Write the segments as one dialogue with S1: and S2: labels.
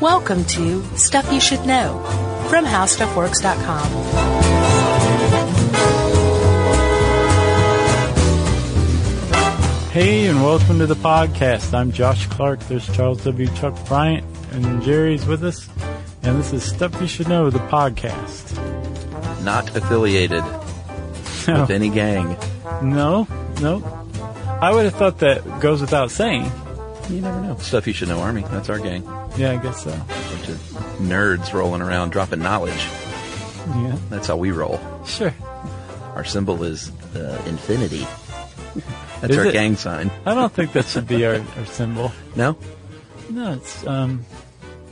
S1: Welcome to Stuff You Should Know from HowStuffWorks.com.
S2: Hey, and welcome to the podcast. I'm Josh Clark. There's Charles W. Chuck Bryant, and Jerry's with us. And this is Stuff You Should Know, the podcast.
S3: not affiliated with any gang.
S2: No, no. I would have thought that goes without saying. You never know.
S3: Stuff you should know, Army. That's our gang.
S2: Yeah, I guess so.
S3: Bunch of nerds rolling around dropping knowledge.
S2: Yeah,
S3: That's how we roll.
S2: sure.
S3: Our symbol is uh, infinity. That's
S2: Is
S3: our
S2: it?
S3: gang sign.
S2: I don't think that should be our, our symbol.
S3: No,
S2: No, it's um.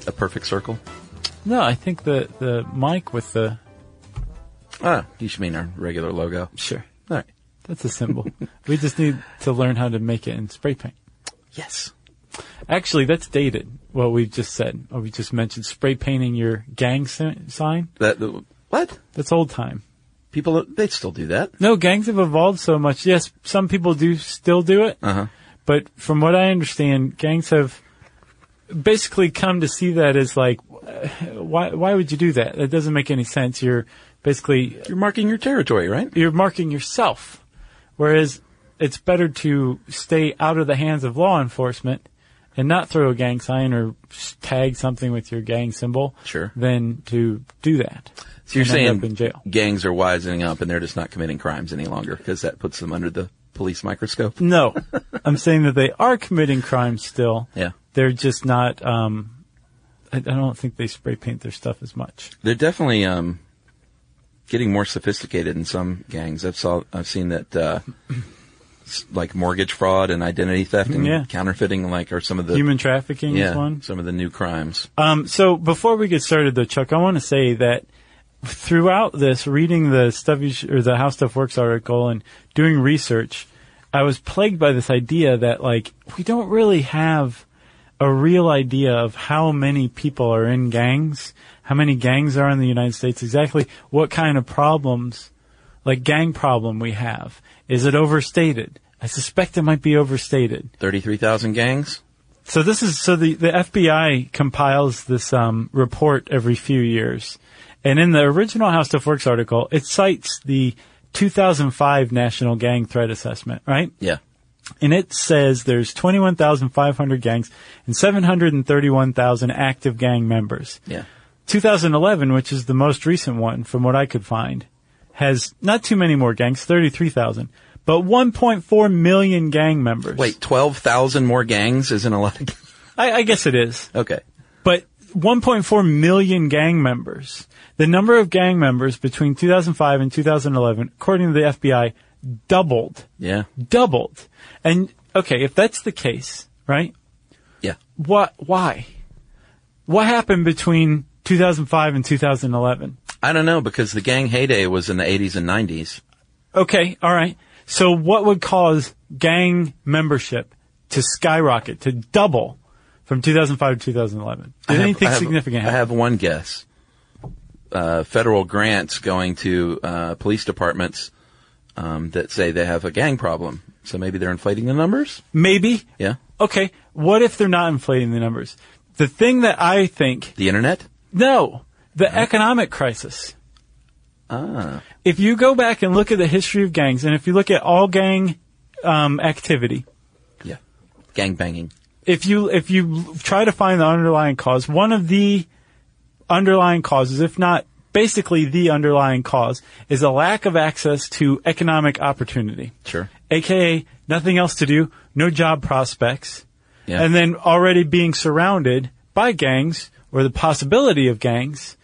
S3: a perfect circle.
S2: No, I think the the mic with the
S3: Ah, you should mean our regular logo.
S2: sure.
S3: All right.
S2: That's a symbol. we just need to learn how to make it in spray paint.
S3: Yes.
S2: Actually, that's dated. What we just said, what we just mentioned, spray painting your gang si- sign.
S3: That the- what
S2: That's old time.
S3: people they still do that.
S2: No, gangs have evolved so much. Yes, some people do still do it,
S3: Uh huh.
S2: but from what I understand, gangs have basically come to see that as like, uh, why why would you do that? That doesn't make any sense. You're basically
S3: You're marking your territory, right?
S2: you're marking yourself. Whereas it's better to stay out of the hands of law enforcement and not throw a gang sign or s- tag something with your gang symbol
S3: Sure.
S2: than to do that.
S3: So you're
S2: and end
S3: saying
S2: up in jail.
S3: gangs are wising up and they're just not committing crimes any longer because that puts them under the police microscope.
S2: No, I'm saying that they are committing crimes still.
S3: Yeah.
S2: They're just not. Um, I, I don't think they spray paint their stuff as much.
S3: They're definitely um, getting more sophisticated in some gangs. I've saw I've seen that uh, s- like mortgage fraud and identity theft and
S2: Yeah.
S3: counterfeiting like are some of the
S2: Human trafficking
S3: yeah
S2: is one.
S3: some of the new crimes.
S2: Um, so before we get started, though, Chuck, I want to say that throughout this, reading the stuff you sh- or the How Stuff Works article and doing research, I was plagued by this idea that like we don't really have a real idea of how many people are in gangs, how many gangs are in the United States, exactly what kind of problems, like gang problem, we have. Is it overstated? I suspect it might be overstated.
S3: Thirty three thousand gangs.
S2: So this is so the the FBI compiles this um, report every few years, and in the original How Stuff Works article, it cites the 2005 National Gang Threat Assessment, right?
S3: Yeah,
S2: And it says there's 21,500 gangs and 731,000 active gang members.
S3: yeah.
S2: 2011, which is the most recent one from what I could find, has not too many more gangs, 33,000, but 1.4 million gang members.
S3: Wait, twelve thousand more gangs isn't a lot. Of, g-
S2: I, I guess it is.
S3: okay,
S2: But 1.4 million gang members. The number of gang members between 2005 and 2011, according to the FBI, doubled.
S3: yeah,
S2: Doubled. And okay, if that's the case, right?
S3: yeah.
S2: What? Why? What happened between 2005 and 2011?
S3: I don't know because the gang heyday was in the eighties and nineties.
S2: Okay, all right. So what would cause gang membership to skyrocket to double from 2005 to 2011? Did anything significant
S3: I
S2: happen?
S3: have one guess. Uh, federal grants going to uh, police departments um, that say they have a gang problem. So maybe they're inflating the numbers.
S2: Maybe.
S3: Yeah,
S2: Okay, what if they're not inflating the numbers? The thing that I think,
S3: the internet.
S2: no, the economic crisis.
S3: Ah,
S2: If you go back and look at the history of gangs, and if you look at all gang um, activity,
S3: yeah, gang banging.
S2: if you if you l- try to find the underlying cause, one of the underlying causes, if not basically the underlying cause, is a lack of access to economic opportunity,
S3: Sure.
S2: aka nothing else to do, no job prospects.
S3: Yeah.
S2: and then already being surrounded by gangs or the possibility of gangs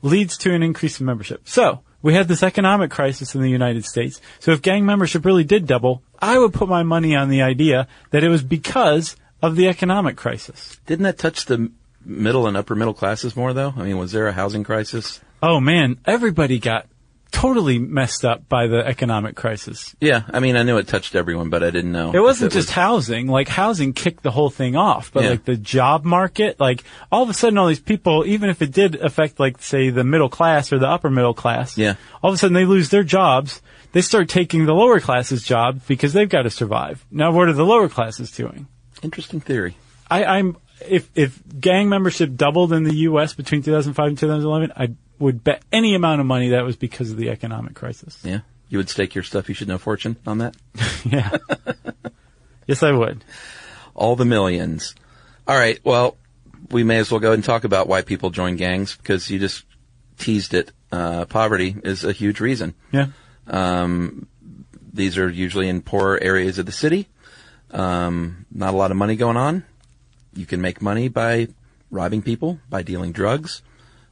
S2: leads to an increase in membership. So we had this economic crisis in the United States. So if gang membership really did double, I would put my money on the idea that it was because of the economic crisis.
S3: Didn't that touch the m- middle and upper middle classes more though? I mean, was there a housing crisis?
S2: Oh man, everybody got totally messed up by the economic crisis.
S3: Yeah, I mean, I knew it touched everyone, but I didn't know.
S2: It
S3: if
S2: wasn't just
S3: was-
S2: housing. Like housing kicked the whole thing off, but
S3: Yeah.
S2: like the job market, like all of a sudden all these people, even if it did affect like say the middle class or the upper middle class,
S3: Yeah.
S2: all of a sudden they lose their jobs. They start taking the lower classes jobs because they've got to survive. Now what are the lower classes doing?
S3: interesting theory.
S2: I, I'm if if gang membership doubled in the U.S. between 2005 and 2011, I would bet any amount of money that was because of the economic crisis.
S3: Yeah. You would stake your stuff you should know fortune on that?
S2: Yeah. yes, I would.
S3: All the millions. All right. Well, we may as well go ahead and talk about why people join gangs because you just teased it. Uh, poverty is a huge reason.
S2: Yeah.
S3: Um, these are usually in poor areas of the city. Um, not a lot of money going on. You can make money by robbing people, by dealing drugs.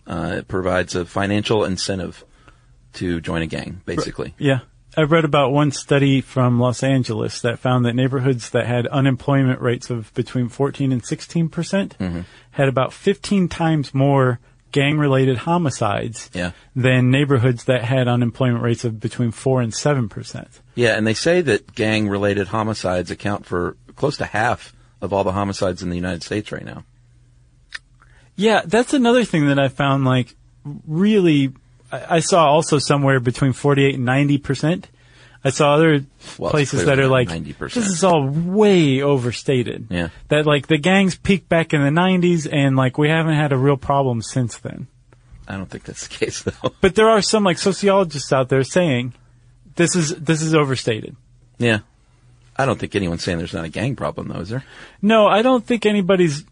S3: Uh, it provides a financial incentive to join a gang, basically.
S2: Yeah. I read about one study from Los Angeles that found that neighborhoods that had unemployment rates of between 14 and 16 percent had about 15 times more gang related homicides
S3: Yeah.
S2: than neighborhoods that had unemployment rates of between 4 and 7 percent.
S3: Yeah, and they say that gang related homicides account for close to half of all the homicides in the United States right now.
S2: Yeah, that's another thing that I found like really. I, I saw also somewhere between 48 and 90 percent. I saw other
S3: Well, it's
S2: places that
S3: clearly
S2: are
S3: not
S2: like
S3: 90%.
S2: this is all way overstated.
S3: Yeah.
S2: that like the gangs peaked back in the 90s, and like we haven't had a real problem since then.
S3: I don't think that's the case though.
S2: But there are some like sociologists out there saying this is this is overstated.
S3: yeah. I don't think anyone's saying there's not a gang problem though, is there?
S2: No, I don't think anybody's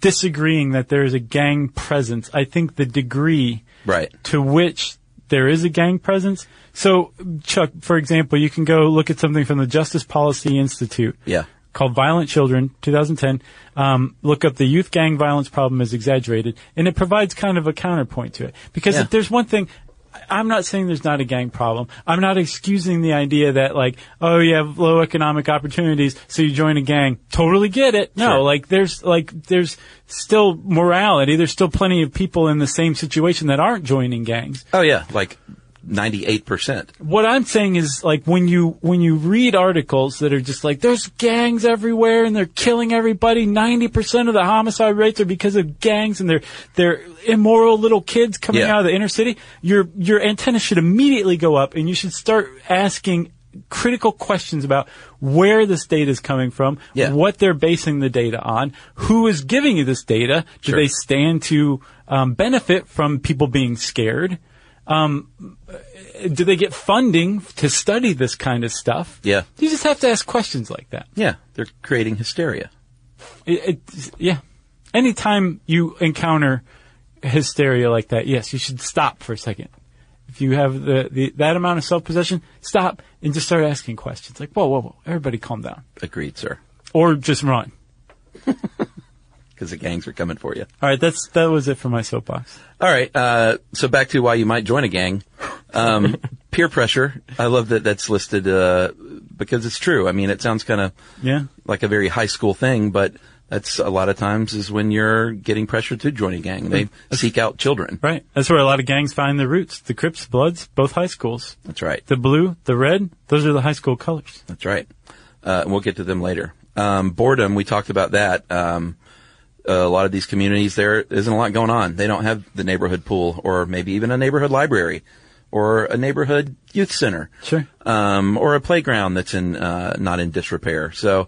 S2: disagreeing that there is a gang presence. I think the degree
S3: Right.
S2: to which there is a gang presence. So, Chuck, for example, you can go look at something from the Justice Policy Institute
S3: Yeah.
S2: called Violent Children, 2010. Um, look up the youth gang violence problem is exaggerated, and it provides kind of a counterpoint to it. Because
S3: Yeah.
S2: if there's one thing, I- I'm not saying there's not a gang problem. I'm not excusing the idea that like, oh, you have low economic opportunities, so you join a gang. Totally get it. No,
S3: Sure.
S2: like there's like there's still morality. There's still plenty of people in the same situation that aren't joining gangs
S3: Oh yeah, like 98%.
S2: what I'm saying is like when you when you read articles that are just like there's gangs everywhere and they're killing everybody. Ninety percent of the homicide rates are because of gangs and they're they're immoral little kids coming
S3: Yeah.
S2: out of the inner city. Your your antenna should immediately go up and you should start asking critical questions about where this data is coming from,
S3: Yeah.
S2: what they're basing the data on, who is giving you this data, do
S3: Sure.
S2: they stand to um, benefit from people being scared? do they get funding to study this kind of stuff?
S3: Yeah.
S2: You just have to ask questions like that.
S3: Yeah, they're creating hysteria.
S2: It, it, yeah. Anytime you encounter hysteria like that, yes, you should stop for a second. If you have the, the that amount of self possession, stop and just start asking questions. Like, whoa, whoa, whoa, everybody calm down.
S3: Agreed, sir.
S2: Or just run.
S3: Because the gangs are coming for you.
S2: All right, that's that was it for my soapbox.
S3: All right. Uh, so back to why you might join a gang. Um, peer pressure. I love that that's listed uh, because it's true. I mean, it sounds kind of
S2: Yeah.
S3: like a very high school thing, but that's a lot of times is when you're getting pressure to join a gang. They seek out children.
S2: Right. That's where a lot of gangs find their roots. The Crips, Bloods, both high schools.
S3: That's right.
S2: The blue, the red, those are the high school colors.
S3: That's right. Uh, and we'll get to them later. Um, boredom. We talked about that. Um, a lot of these communities, there isn't a lot going on. They don't have the neighborhood pool, or maybe even a neighborhood library, or a neighborhood youth center.
S2: Sure.
S3: um, or a playground that's in uh, not in disrepair. So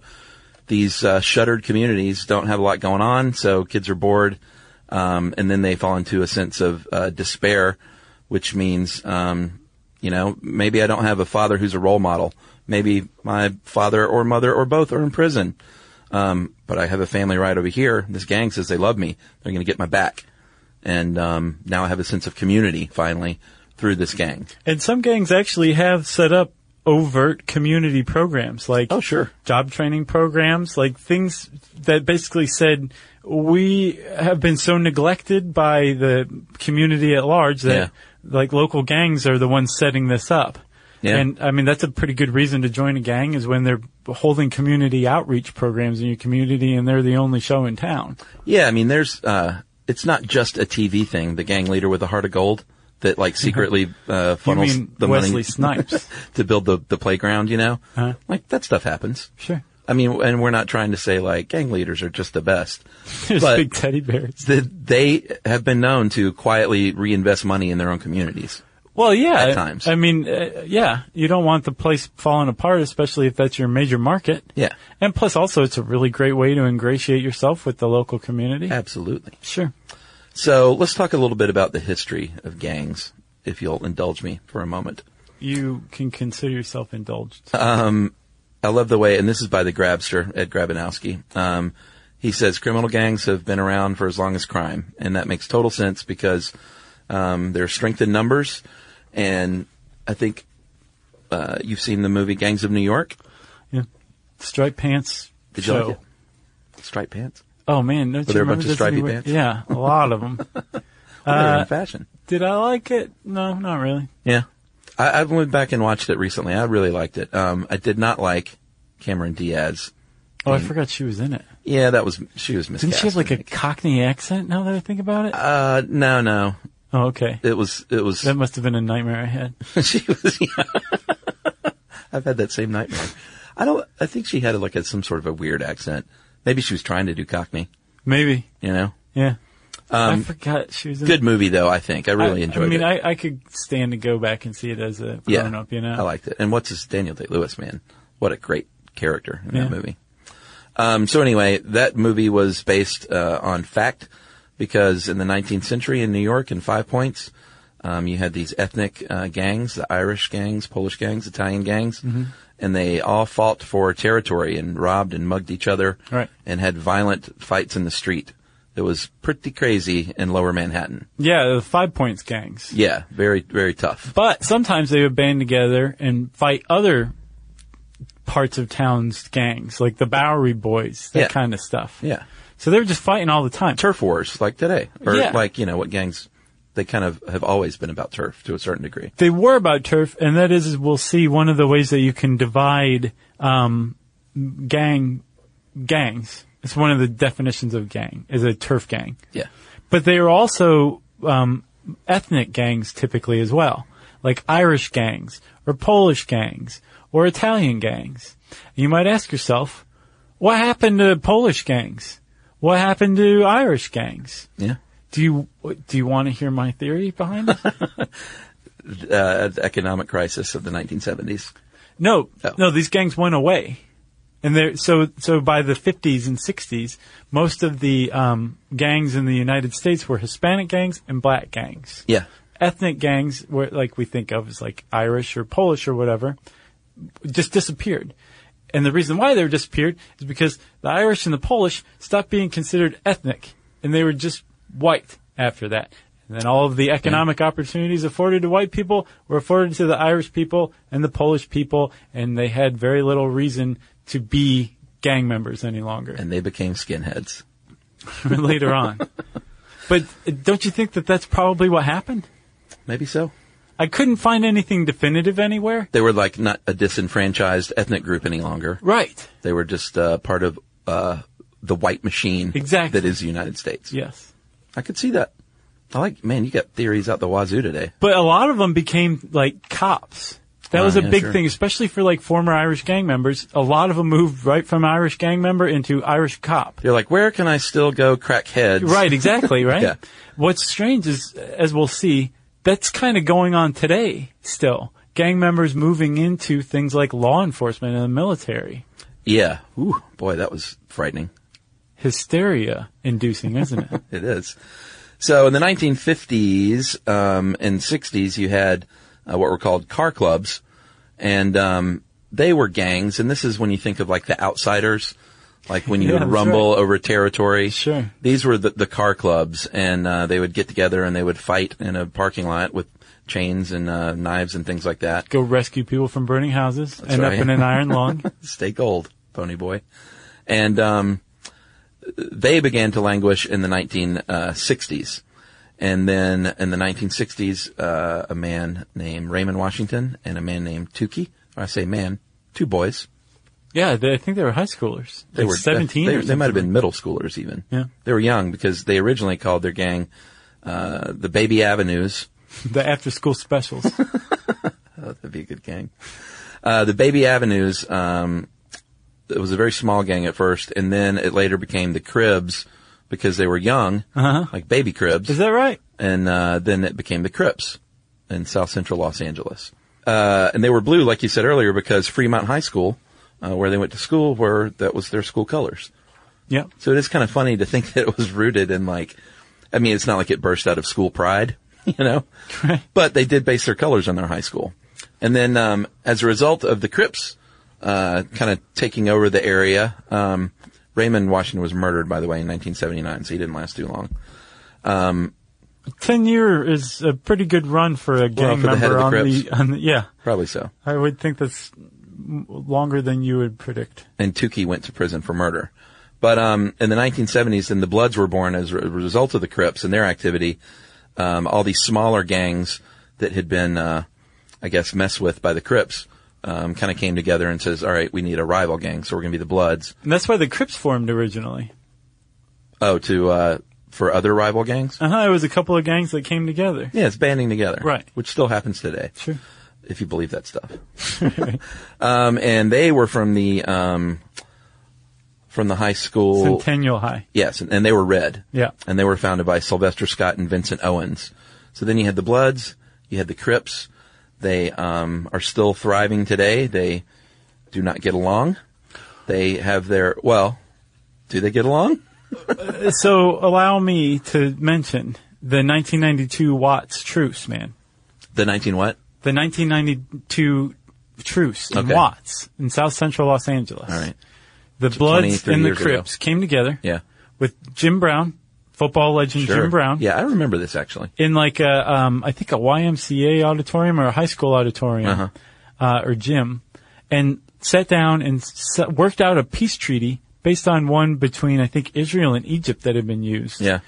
S3: these uh, shuttered communities don't have a lot going on, so kids are bored, um, and then they fall into a sense of uh, despair, which means um, you know maybe I don't have a father who's a role model. Maybe my father or mother or both are in prison, um, but I have a family right over here. This gang says they love me. They're going to get my back, and um, now I have a sense of community finally through this gang.
S2: And some gangs actually have set up overt community programs, like
S3: Oh, sure.
S2: job training programs, like things that basically said we have been so neglected by the community at large that
S3: Yeah.
S2: like local gangs are the ones setting this up.
S3: Yeah.
S2: And I mean that's a pretty good reason to join a gang is when they're holding community outreach programs in your community and they're the only show in town.
S3: Yeah, I mean, there's, uh, it's not just a TV thing, the gang leader with the heart of gold that like secretly, uh,
S2: Uh-huh. You
S3: funnels
S2: mean
S3: the
S2: Wesley
S3: money
S2: Snipes?
S3: to build the, the playground, you know?
S2: Uh-huh.
S3: Like that stuff happens.
S2: Sure.
S3: I mean, and we're not trying to say like gang leaders are just the best.
S2: There's
S3: But-
S2: big teddy bears.
S3: The, they have been known to quietly reinvest money in their own communities.
S2: Well, yeah.
S3: At
S2: I-
S3: times.
S2: I mean, uh, yeah, you don't want the place falling apart, especially if that's your major market.
S3: Yeah.
S2: And plus, also, it's a really great way to ingratiate yourself with the local community.
S3: Absolutely.
S2: Sure.
S3: So let's talk a little bit about the history of gangs, if you'll indulge me for a moment.
S2: You can consider yourself indulged.
S3: Uh, Um, I love the way, and this is by the grabster, Ed Grabanowski. Um, he says criminal gangs have been around for as long as crime, and that makes total sense because um, there's strength in numbers, and I think uh, you've seen the movie Gangs of New York.
S2: yeah. Striped pants.
S3: Did you
S2: show.
S3: like it? Striped pants.
S2: Oh man, don't you
S3: there a
S2: remember
S3: bunch of
S2: this
S3: stripy
S2: anyway?
S3: pants?
S2: Yeah, a lot of them.
S3: Well, they're in
S2: Uh,
S3: fashion.
S2: Did I like it? No, not really.
S3: Yeah, I, I went back and watched it recently. I really liked it. Um, I did not like Cameron Diaz.
S2: Oh, I forgot she was in it.
S3: Mm-hmm. Yeah, that was she was miscast.
S2: Didn't she have like
S3: I
S2: a
S3: think.
S2: Cockney accent? Now that I think about it.
S3: Uh, no, no.
S2: Oh, okay.
S3: It was it was
S2: That must have been a nightmare I had.
S3: she was. Yeah. I've had that same nightmare. I don't. I think she had like a, some sort of a weird accent. Maybe she was trying to do Cockney.
S2: Maybe.
S3: You know,
S2: Yeah. I
S3: um,
S2: forgot she was in
S3: good movie though. I think I
S2: I-
S3: really enjoyed
S2: I mean,
S3: it.
S2: I, I could stand to go back and see it as a
S3: yeah,
S2: grown up, you know?
S3: I liked it. And what's his Daniel Day Lewis man? What a great character in
S2: Yeah.
S3: that movie. Um, so anyway, that movie was based uh, on fact because in the 19th century in New York, in Five Points, um, you had these ethnic uh, gangs, the Irish gangs, Polish gangs, Italian gangs,
S2: Mm-hmm.
S3: and they all fought for territory and robbed and mugged each other
S2: Right.
S3: and had violent fights in the street. It was pretty crazy in Lower Manhattan.
S2: yeah, the Five Points gangs.
S3: Yeah, very very tough.
S2: But sometimes they would band together and fight other parts of town's gangs, like the Bowery Boys, that
S3: Yeah.
S2: kind of stuff.
S3: Yeah.
S2: So they were just fighting all the time.
S3: turf wars like today, or
S2: Yeah.
S3: like you know what gangs they kind of have always been about turf to a certain degree.
S2: They were about turf, and that is, is we'll see one of the ways that you can divide um, gang gangs. It's one of the definitions of gang is a turf gang.
S3: Yeah,
S2: But they are also um, ethnic gangs typically as well, like Irish gangs or Polish gangs or Italian gangs. You might ask yourself, what happened to Polish gangs? What happened to Irish gangs?
S3: yeah.
S2: Do you do you want to hear my theory behind it?
S3: Uh, the economic crisis of the 1970s.
S2: No,
S3: Oh.
S2: no, these gangs went away, and they so so by the fifties and sixties, most of the um, gangs in the United States were Hispanic gangs and black gangs.
S3: Yeah,
S2: Ethnic gangs, were, like we think of as like Irish or Polish or whatever, just disappeared. And the reason why they were disappeared is because the Irish and the Polish stopped being considered ethnic, and they were just white after that. And then all of the economic opportunities afforded to white people were afforded to the Irish people and the Polish people, and they had very little reason to be gang members any longer
S3: and they became skinheads.
S2: later on. But uh, don't you think that that's probably what happened?
S3: Maybe so.
S2: I couldn't find anything definitive anywhere.
S3: They were like not a disenfranchised ethnic group any longer.
S2: Right.
S3: They were just uh, part of uh, the white machine
S2: Exactly.
S3: that is the United States.
S2: Yes.
S3: I could see that. I like, man, you got theories out the wazoo today.
S2: But a lot of them became like cops. That
S3: Oh,
S2: was a
S3: yeah,
S2: big
S3: sure.
S2: thing, especially for like former Irish gang members. A lot of them moved right from Irish gang member into Irish cop.
S3: They're like, where can I still go crack heads?
S2: Right, exactly, right?
S3: Yeah.
S2: What's strange is, as we'll see, that's kind of going on today still. Gang members moving into things like law enforcement and the military.
S3: Yeah. Ooh, boy, that was frightening.
S2: Hysteria inducing, isn't it?
S3: It is. So in the 1950s um, and 60s, you had uh, what were called car clubs, and um, they were gangs. And this is when you think of like the outsiders, like when you
S2: Yeah,
S3: would
S2: that's
S3: rumble over territory.
S2: Sure.
S3: These were the, the car clubs, and uh, they would get together and they would fight in a parking lot with chains and uh, knives and things like that.
S2: Go rescue people from burning houses, end
S3: right.
S2: up in an iron lung.
S3: Stay gold, pony boy. And um, they began to languish in the 1960s. And then in the 1960s, uh, a man named Raymond Washington and a man named Tukey, or I say man, two boys.
S2: yeah, they, I think they were high schoolers.
S3: They
S2: Like
S3: were
S2: 17
S3: They,
S2: or
S3: they might have
S2: something.
S3: been middle schoolers even.
S2: Yeah.
S3: They were young because they originally called their gang uh, the Baby Avenues.
S2: The after school specials.
S3: That'd be a good gang. Uh, the Baby Avenues, um, it was a very small gang at first, and then it later became the Cribs because they were young,
S2: Uh-huh.
S3: like baby Cribs,
S2: Is that right?
S3: and uh, then it became the Crips. in South Central Los Angeles. Uh, and they were blue, like you said earlier, because Fremont High School, uh, where they went to school, were that was their school colors.
S2: Yeah.
S3: So it is kind of funny to think that it was rooted in like, I mean, it's not like it burst out of school pride, you know,
S2: Right.
S3: but they did base their colors on their high school. And then, um, as a result of the Crips, uh, kind of taking over the area, um, Raymond Washington was murdered, by the way, in 1979, so he didn't last too long.
S2: Ten year is a pretty good run for a gang
S3: for the head
S2: member
S3: of the
S2: on the
S3: Crips.
S2: on the yeah.
S3: Probably so.
S2: I would think that's m- longer than you would predict.
S3: and Tukey went to prison for murder. But um, in the 1970s, then the Bloods were born as a result of the Crips and their activity. Um, all these smaller gangs that had been, uh, I guess, messed with by the Crips um, kind of came together and says, "All right, we need a rival gang, so we're going to be the Bloods."
S2: And that's why the Crips formed originally.
S3: Oh, to uh, for other rival gangs.
S2: Uh huh. It was a couple of gangs that came together.
S3: Yeah, it's banding together,
S2: Right.
S3: Which still happens today.
S2: Sure.
S3: if you believe that stuff. um, and they were from the um, from the high school.
S2: Centennial High.
S3: Yes, and, and they were red.
S2: Yeah.
S3: And they were founded by Sylvester Scott and Vincent Owens. So then you had the Bloods, you had the Crips. They um, are still thriving today. They do not get along. They have their well. Do they get along?
S2: So allow me to mention the 1992 Watts truce, man.
S3: The nineteen what?
S2: The 1992 truce in
S3: Okay.
S2: Watts in South Central Los Angeles.
S3: All right.
S2: The
S3: So
S2: Bloods
S3: 23
S2: and the
S3: years ago.
S2: Crips came together.
S3: Yeah.
S2: With Jim Brown, football legend
S3: Sure.
S2: Jim Brown.
S3: Yeah, I remember this actually.
S2: in like a, um, I think a YMCA auditorium or a high school auditorium
S3: Uh-huh.
S2: uh, or gym, and sat down and s worked out a peace treaty based on one between I think Israel and Egypt that had been used.
S3: Yeah.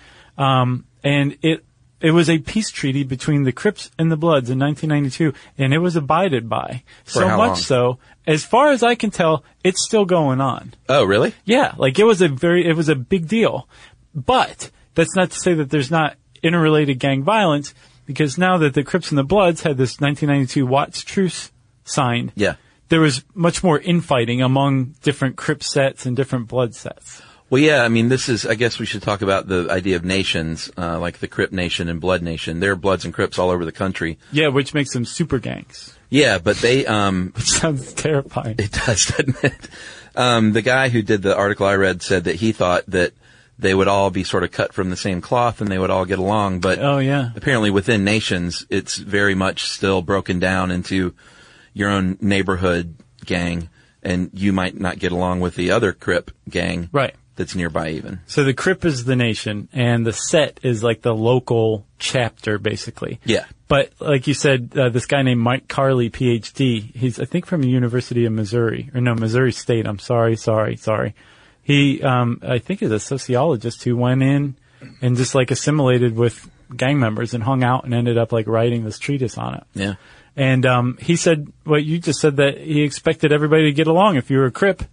S2: and it it was a peace treaty between the Crips and the Bloods in 1992, and it was abided by. so
S3: how
S2: much
S3: long?
S2: so, as far as I can tell, it's still going on.
S3: Oh, really?
S2: Yeah, like it was a very, it was a big deal. But that's not to say that there's not interrelated gang violence, because now that the Crips and the Bloods had this 1992 Watts truce signed,
S3: Yeah.
S2: there was much more infighting among different Crip sets and different Blood sets.
S3: Well, yeah, I mean, this is, I guess we should talk about the idea of nations, uh, like the Crip Nation and Blood Nation. There are Bloods and Crips all over the country.
S2: Yeah, which makes them super gangs.
S3: Yeah, but they, um,
S2: Sounds terrifying.
S3: it does, doesn't it? Um, the guy who did the article I read said that he thought that they would all be sort of cut from the same cloth and they would all get along, but
S2: Oh, yeah.
S3: apparently within nations, it's very much still broken down into your own neighborhood gang and you might not get along with the other Crip gang.
S2: Right.
S3: That's nearby even.
S2: So the Crip is the nation, and the set is like the local chapter, basically.
S3: Yeah.
S2: But like you said, uh, this guy named Mike Carley, PhD, he's I think from the University of Missouri, or no, Missouri State. I'm sorry, sorry, sorry. He, um, I think, is a sociologist who went in and just like assimilated with gang members and hung out and ended up like writing this treatise on it.
S3: Yeah.
S2: And um, he said what you just said that he expected everybody to get along if you were a Crip.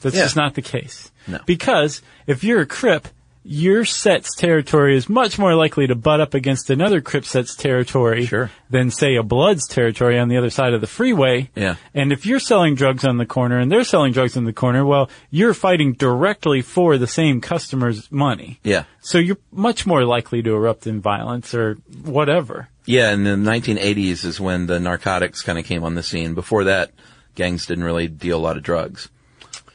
S2: That's
S3: Yeah.
S2: just not the case.
S3: No.
S2: Because if you're a Crip, your set's territory is much more likely to butt up against another Crip set's territory
S3: Sure.
S2: than, say, a Blood's territory on the other side of the freeway.
S3: Yeah.
S2: And if you're selling drugs on the corner and they're selling drugs on the corner, well, you're fighting directly for the same customer's money.
S3: Yeah.
S2: So you're much more likely to erupt in violence or whatever.
S3: Yeah, in the 1980s is when the narcotics kind of came on the scene. Before that, gangs didn't really deal a lot of drugs.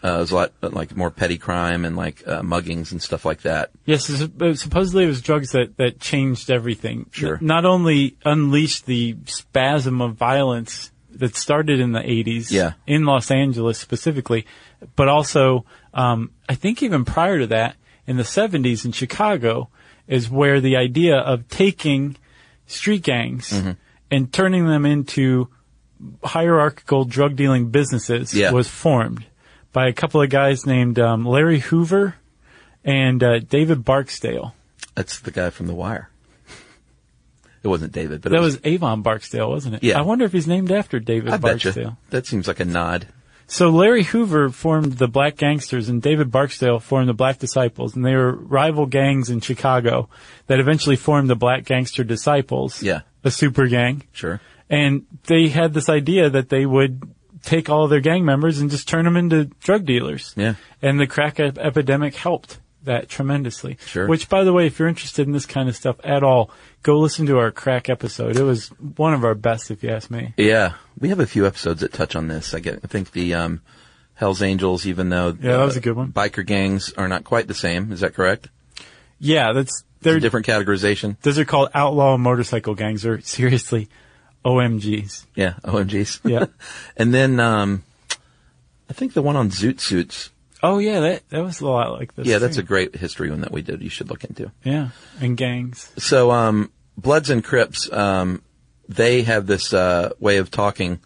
S3: Uh, it was a lot like more petty crime and like uh, muggings and stuff like that.
S2: Yes, it's- but supposedly it was drugs that, that changed everything.
S3: Sure.
S2: N- Not only unleashed the spasm of violence that started in the 80s
S3: Yeah.
S2: in Los Angeles specifically, but also, um, I think even prior to that, in the 70s in Chicago, is where the idea of taking street gangs
S3: Mm-hmm.
S2: and turning them into hierarchical drug dealing businesses
S3: Yeah.
S2: was formed by a couple of guys named um, Larry Hoover and uh, David Barksdale.
S3: That's the guy from The Wire. It wasn't David, but
S2: That
S3: it was.
S2: was Avon Barksdale, wasn't it?
S3: Yeah.
S2: I wonder if he's named after David
S3: I bet
S2: Barksdale.
S3: you. That seems like a nod.
S2: So Larry Hoover formed the Black Gangsters and David Barksdale formed the Black Disciples and they were rival gangs in Chicago that eventually formed the Black Gangster Disciples.
S3: Yeah.
S2: A super gang.
S3: Sure.
S2: And they had this idea that they would take all of their gang members and just turn them into drug dealers.
S3: Yeah.
S2: And the crack ep- epidemic helped that tremendously.
S3: Sure.
S2: Which, by the way, if you're interested in this kind of stuff at all, go listen to our crack episode. It was one of our best, if you ask me.
S3: Yeah, we have a few episodes that touch on this. I get, I think the um, Hell's Angels, even though
S2: Yeah, that
S3: uh,
S2: was a good one.
S3: Biker gangs are not quite the same. Is that correct?
S2: Yeah, that's
S3: It's
S2: they're
S3: a different categorization.
S2: those are called outlaw motorcycle gangs. They're seriously OMGs.
S3: Yeah, OMGs.
S2: Yeah.
S3: and then um, I think the one on Zoot Suits.
S2: Oh yeah, that that was a lot like this.
S3: Yeah, that's
S2: too.
S3: a great history one that we did. You should look into.
S2: yeah, and gangs.
S3: So, um, Bloods and Crips, um, they have this uh, way of talking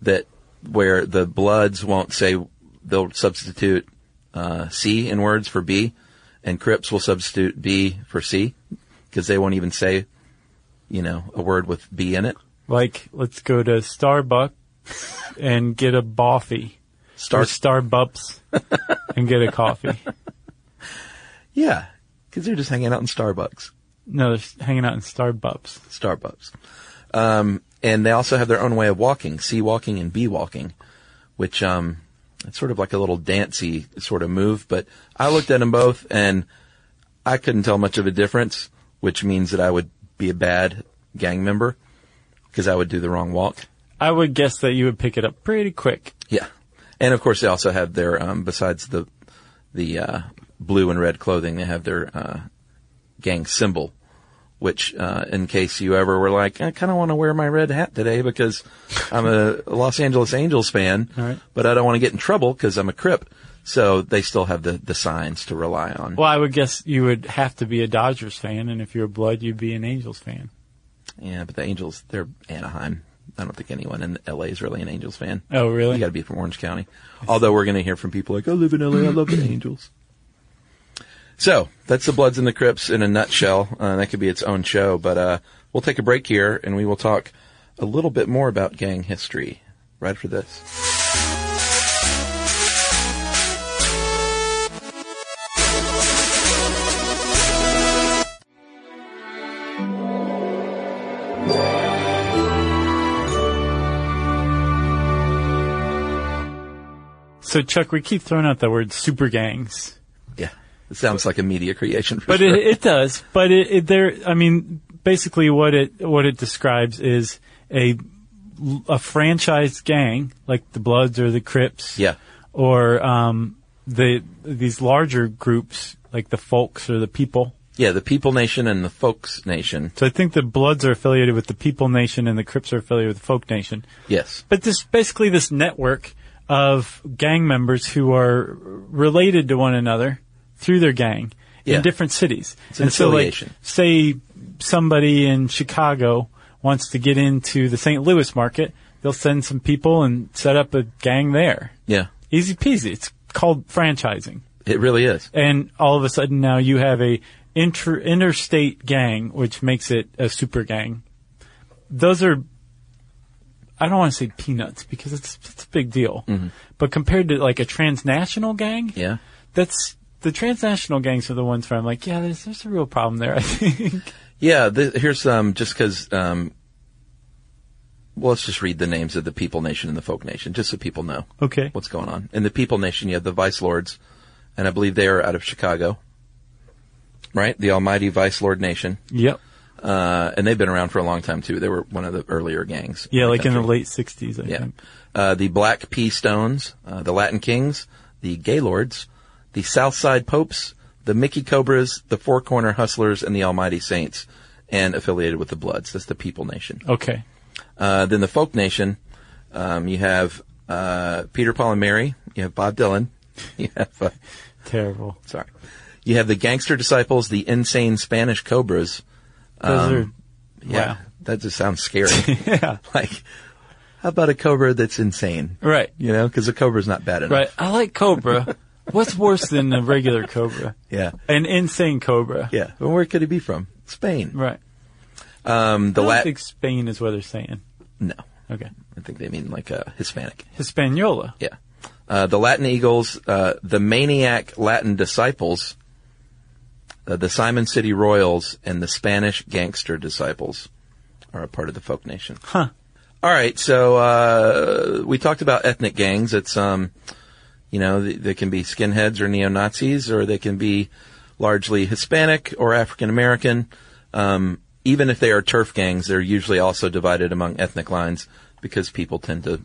S3: that where the Bloods won't say they'll substitute uh, C in words for B, and Crips will substitute B for C because they won't even say, you know, a word with B in it.
S2: Like, let's go to Starbucks and get a boffy.
S3: Star,
S2: or Starbucks and get a coffee.
S3: yeah, because they're just hanging out in Starbucks.
S2: No, they're s- hanging out in Starbucks.
S3: Starbucks. Um, and they also have their own way of walking, C walking and B walking, which, um, it's sort of like a little dancey sort of move, but I looked at them both and I couldn't tell much of a difference, which means that I would be a bad gang member because I would do the wrong walk.
S2: I would guess that you would pick it up pretty quick.
S3: Yeah. And of course they also have their, um, besides the, the, uh, blue and red clothing, they have their, uh, gang symbol, which, uh, in case you ever were like, I kind of want to wear my red hat today because I'm a Los Angeles Angels fan,
S2: All right.
S3: but I don't want to get in trouble because I'm a Crip. So they still have the, the signs to rely on.
S2: Well, I would guess you would have to be a Dodgers fan, and if you're a Blood, you'd be an Angels fan.
S3: Yeah, but the Angels, they're Anaheim. I don't think anyone in LA is really an Angels fan.
S2: Oh, really?
S3: You got to be from Orange County. Although we're going to hear from people like, I live in LA, I love the Angels. So that's the Bloods and the Crips in a nutshell. Uh, that could be its own show, but uh, we'll take a break here and we will talk a little bit more about gang history right after this.
S2: So, Chuck, we keep throwing out the word super gangs,
S3: Yeah, it sounds like a media creation. For
S2: but
S3: sure.
S2: it, it does. But it, it there, I mean, basically, what it what it describes is a a franchise gang like the Bloods or the Crips.
S3: yeah,
S2: or um, the these larger groups like the folks or the people.
S3: yeah, the People Nation and the Folks Nation.
S2: So I think the Bloods are affiliated with the People Nation and the Crips are affiliated with the Folk Nation.
S3: Yes,
S2: But this basically this network of gang members who are related to one another through their gang
S3: Yeah.
S2: in different cities.
S3: It's an
S2: and so,
S3: affiliation.
S2: like, say somebody in Chicago wants to get into the St. Louis market, they'll send some people and set up a gang there.
S3: yeah,
S2: Easy peasy. It's called franchising.
S3: it really is.
S2: and all of a sudden now you have a inter- interstate gang, which makes it a super gang. Those are, I don't want to say peanuts because it's, it's a big deal,
S3: Mm-hmm.
S2: but compared to like a transnational gang,
S3: Yeah.
S2: that's the transnational gangs are the ones where I'm like, yeah, there's there's a real problem there. I think.
S3: Yeah, th- here's um, just because. Um, well, let's just read the names of the People Nation and the Folk Nation, just so people know
S2: okay.
S3: what's going on. In the People Nation, you have the Vice Lords, and I believe they are out of Chicago, right? The Almighty Vice Lord Nation,
S2: Yep.
S3: uh, and they've been around for a long time too. They were one of the earlier gangs.
S2: Yeah, like in the
S3: country.
S2: late '60s, I
S3: Yeah.
S2: think.
S3: Uh, the Black Pea Stones, uh, the Latin Kings, the Gaylords, the Southside Popes, the Mickey Cobras, the Four Corner Hustlers, and the Almighty Saints, and affiliated with the Bloods. That's the People Nation.
S2: Okay.
S3: Uh, then the Folk Nation, um, you have uh, Peter, Paul, and Mary. You have Bob Dylan. You have, uh,
S2: Terrible.
S3: sorry. You have the Gangster Disciples, the Insane Spanish Cobras.
S2: Those
S3: Um,
S2: are.
S3: Yeah.
S2: Wow.
S3: That just sounds scary.
S2: Yeah.
S3: like, how about a cobra that's insane?
S2: Right.
S3: You know, because a cobra's not bad enough.
S2: Right. I like Cobra. What's worse than a regular Cobra?
S3: Yeah.
S2: An insane cobra.
S3: Yeah. And where could he be from? Spain.
S2: Right.
S3: Um, the
S2: I don't
S3: Latin.
S2: think Spain is what they're saying.
S3: no.
S2: Okay.
S3: I think they mean like uh, Hispanic.
S2: Hispaniola.
S3: Yeah. Uh, the Latin Eagles, uh, the Maniac Latin Disciples, uh, the Simon City Royals, and the Spanish Gangster Disciples are a part of the folk nation.
S2: Huh.
S3: All right, so uh, we talked about ethnic gangs. It's um, you know, they, they can be skinheads or neo Nazis, or they can be largely Hispanic or African American. Um, even if they are turf gangs, they're usually also divided among ethnic lines because people tend to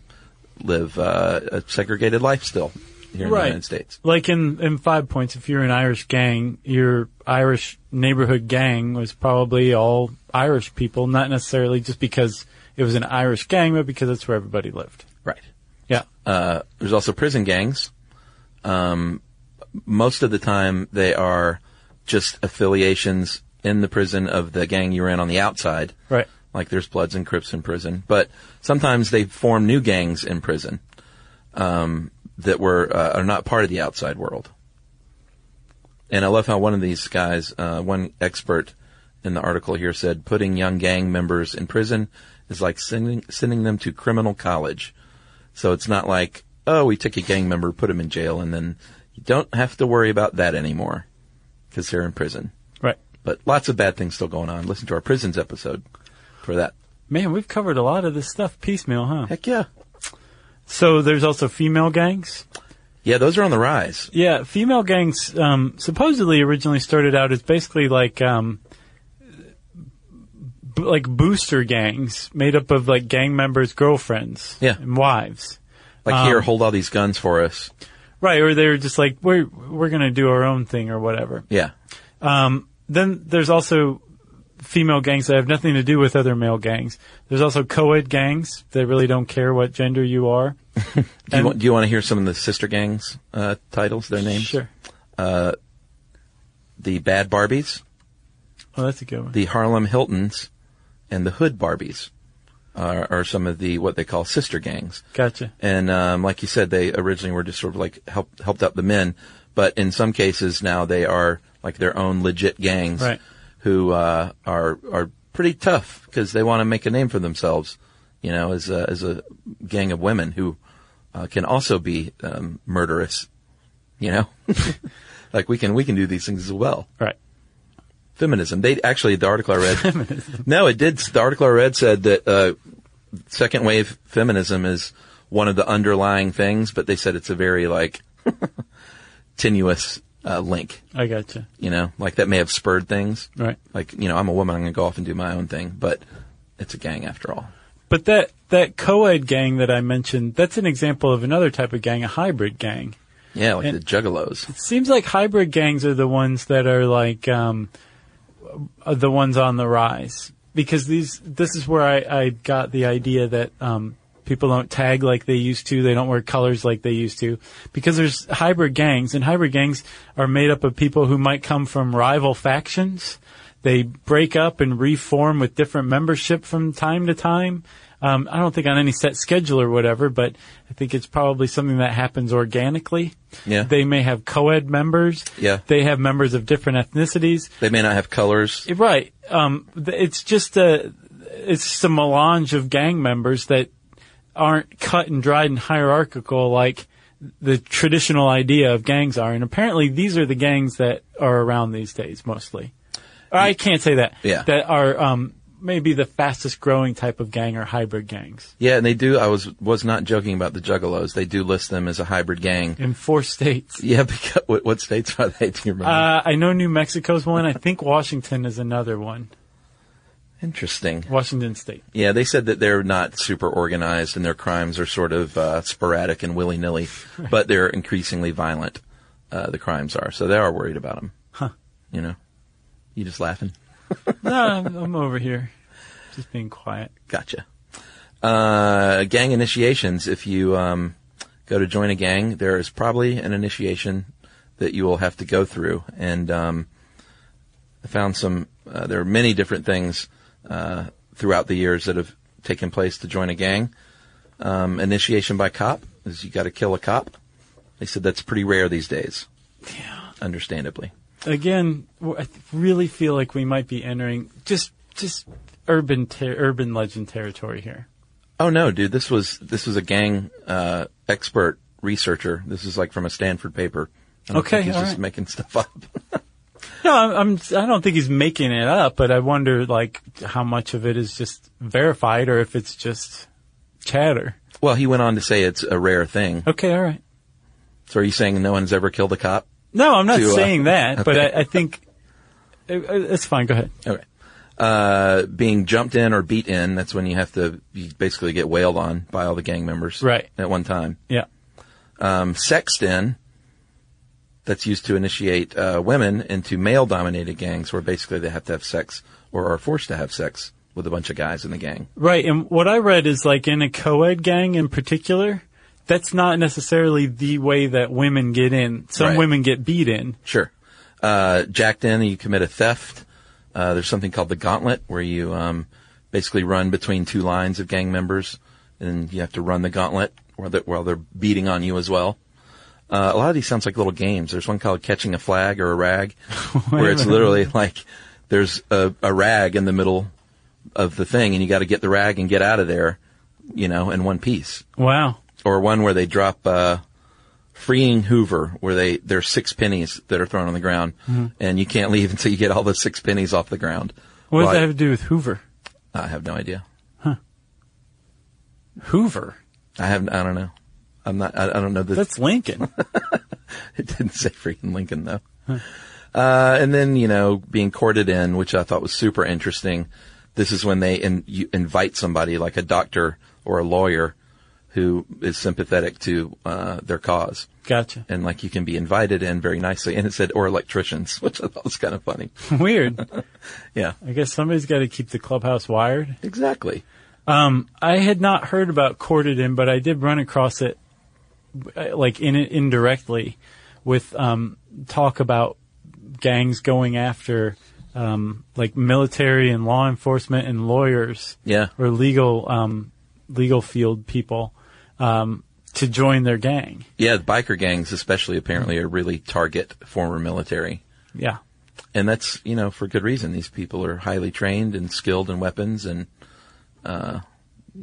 S3: live uh, a segregated life still here in the United States.
S2: Like in, in Five Points, if you're an Irish gang, your Irish neighborhood gang was probably all Irish people, not necessarily just because it was an Irish gang, but because that's where everybody lived.
S3: Right.
S2: Yeah.
S3: Uh, there's also prison gangs. Um, most of the time, they are just affiliations in the prison of the gang you ran on the outside.
S2: Right.
S3: Like there's Bloods and Crips in prison, but sometimes they form new gangs in prison um, that were uh, are not part of the outside world. And I love how one of these guys, uh, one expert in the article here said, putting young gang members in prison is like sending sending them to criminal college. So it's not like, oh, we took a gang member, put him in jail, and then you don't have to worry about that anymore because they're in prison.
S2: Right.
S3: But lots of bad things still going on. Listen to our prisons episode for that.
S2: Man, we've covered a lot of this stuff piecemeal, huh?
S3: Heck yeah.
S2: So there's also female gangs.
S3: Yeah, those are on the rise.
S2: Yeah, female gangs um, supposedly originally started out as basically like um, b- like booster gangs made up of like gang members' girlfriends,
S3: Yeah.
S2: and wives,
S3: Like here, hold all these guns for us.
S2: right? Or they were just like we're we're gonna do our own thing or whatever.
S3: Yeah.
S2: Then there's also female gangs that have nothing to do with other male gangs. There's also co-ed gangs that really don't care what gender you are.
S3: Do you,
S2: And-
S3: want, do you want to hear some of the sister gangs' uh, titles, their names? Uh,
S2: Sure.
S3: The Bad Barbies,
S2: Well, that's a good one.
S3: the Harlem Hiltons, and the Hood Barbies are, are some of the what they call sister gangs.
S2: Gotcha.
S3: And um, like you said, they originally were just sort of like help, helped out the men, but in some cases now they are like their own legit gangs
S2: Right.
S3: who uh, are are pretty tough because they want to make a name for themselves, you know, as a, as a gang of women who uh, can also be um, murderous, you know, like we can we can do these things as well
S2: Right.
S3: feminism. They actually the article I read. No, it did. The article I read said that uh, second wave feminism is one of the underlying things, but they said it's a very like tenuous uh, link.
S2: I gotcha.
S3: You know, like that may have spurred things.
S2: Right.
S3: Like you know, I'm a woman. I'm going to go off and do my own thing, but it's a gang after all.
S2: But that that co-ed gang that I mentioned, that's an example of another type of gang, a hybrid gang.
S3: Yeah, like
S2: And-
S3: the juggalos.
S2: Seems like hybrid gangs are the ones that are like um, are the ones on the rise because these. This is where I, I got the idea that um, people don't tag like they used to. They don't wear colors like they used to because there's hybrid gangs, and hybrid gangs are made up of people who might come from rival factions. They break up and reform with different membership from time to time. Um, I don't think on any set schedule or whatever, but I think it's probably something that happens organically.
S3: Yeah.
S2: They may have co-ed members.
S3: Yeah.
S2: They have members of different ethnicities.
S3: They may not have colors.
S2: Right. Um, th- it's just a, it's just a melange of gang members that aren't cut and dried and hierarchical like the traditional idea of gangs are. And apparently these are the gangs that are around these days mostly. Or I can't say that.
S3: Yeah.
S2: That are, um, maybe the fastest growing type of gang or hybrid gangs
S3: Yeah, and they do. I was was not joking about the juggalos. They do list them as a hybrid gang.
S2: in four states.
S3: Yeah, because what, what states are they? Do you remember?
S2: Uh, I know New Mexico's one. I think Washington is another one.
S3: Interesting.
S2: Washington State.
S3: Yeah, they said that they're not super organized and their crimes are sort of uh, sporadic and willy nilly, but they're increasingly violent. Uh, the crimes are, so they are worried about them.
S2: Huh.
S3: You know, you just laughing.
S2: No, I'm I'm over here, just being quiet.
S3: Gotcha. Uh, gang initiations. If you um, go to join a gang, there is probably an initiation that you will have to go through. And um, I found some. Uh, there are many different things uh, throughout the years that have taken place to join a gang. Um, initiation by cop is you got to kill a cop. They said that's pretty rare these days. Yeah. Understandably.
S2: Again, w- I th- really feel like we might be entering just just urban ter- urban legend territory here.
S3: Oh no, dude! This was this was a gang uh, expert researcher. This is like from a Stanford paper. I don't
S2: Okay,
S3: think he's
S2: all
S3: just
S2: right.
S3: making stuff up.
S2: No, I'm, I'm I don't think he's making it up, but I wonder like how much of it is just verified or if it's just chatter.
S3: well, he went on to say it's a rare thing.
S2: Okay, all right.
S3: So, are you saying no one's ever killed a cop?
S2: No, I'm not
S3: To, uh,
S2: saying that, but
S3: okay.
S2: I, I think uh, uh, it's fine. Go ahead.
S3: Okay. Uh, being jumped in or beat in, that's when you have to, you basically get wailed on by all the gang members.
S2: Right.
S3: At one time.
S2: Yeah.
S3: Um, sexed in, that's used to initiate, uh, women into male dominated gangs where basically they have to have sex or are forced to have sex with a bunch of guys in the gang.
S2: Right. And what I read is like in a co-ed gang in particular, that's not necessarily the way that women get in. Some
S3: Right.
S2: women get beat in.
S3: Sure. Uh, jacked in, you commit a theft. Uh, there's something called the gauntlet where you, um, basically run between two lines of gang members and you have to run the gauntlet while they're, while they're beating on you as well. Uh, a lot of these sounds like little games. There's one called catching a flag or a rag where it's literally like there's a, a rag in the middle of the thing and you got to get the rag and get out of there, you know, in one piece
S2: Wow.
S3: or one where they drop uh, freeing Hoover, where they there's six pennies that are thrown on the ground, and you can't leave until you get all the six pennies off the ground.
S2: What does
S3: Well,
S2: that have to do with Hoover?
S3: I, I have no idea.
S2: Hoover.
S3: I have I don't know. I'm not. I, I don't know. This,
S2: That's Lincoln.
S3: it didn't say freaking Lincoln though. Uh, and then you know being courted in, which I thought was super interesting. This is when they in, you invite somebody like a doctor or a lawyer who is sympathetic to uh, their cause.
S2: Gotcha.
S3: and like you can be invited in very nicely. And it said, or electricians, which I thought was kind of funny.
S2: Weird.
S3: Yeah,
S2: I guess somebody's got to keep the clubhouse wired.
S3: exactly.
S2: Um, I had not heard about corded in, but I did run across it, uh, like in indirectly, with um, talk about gangs going after um, like military and law enforcement and lawyers
S3: Yeah.
S2: or legal um, legal field people um, to join their gang.
S3: Yeah. the Biker gangs, especially apparently are really target former military.
S2: Yeah,
S3: And that's, you know, for good reason. These people are highly trained and skilled in weapons and, uh,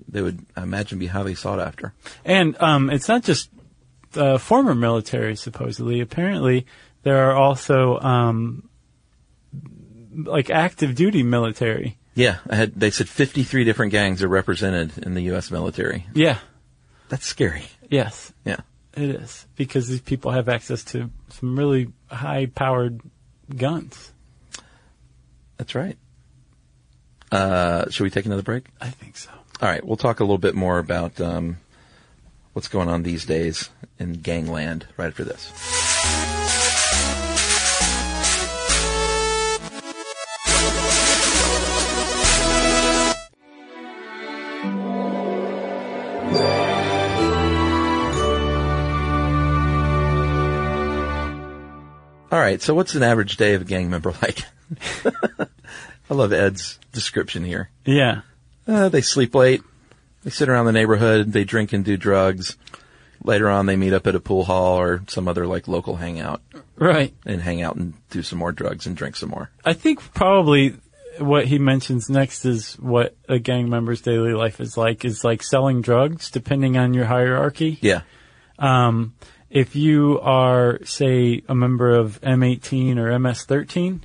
S3: they would, I imagine, be highly sought after.
S2: and um, it's not just uh, former military. Supposedly, apparently, there are also um, like active duty military.
S3: Yeah, I had, they said 53 different gangs are represented in the U.S. military.
S2: Yeah.
S3: That's scary.
S2: Yes,
S3: Yeah.
S2: it is because these people have access to some really high-powered guns.
S3: That's right. Uh, should we take another break?
S2: I think so.
S3: All right, we'll talk a little bit more about um, what's going on these days in gangland right after this. All right, so what's an average day of a gang member like? I love Ed's description here.
S2: Yeah.
S3: Uh, they sleep late. They sit around the neighborhood. They drink and do drugs. Later on, they meet up at a pool hall or some other like local hangout
S2: Right.
S3: and hang out and do some more drugs and drink some more.
S2: I think probably what he mentions next is what a gang member's daily life is like is like selling drugs depending on your hierarchy.
S3: Yeah.
S2: Um, if you are, say, a member of M18 or MS13,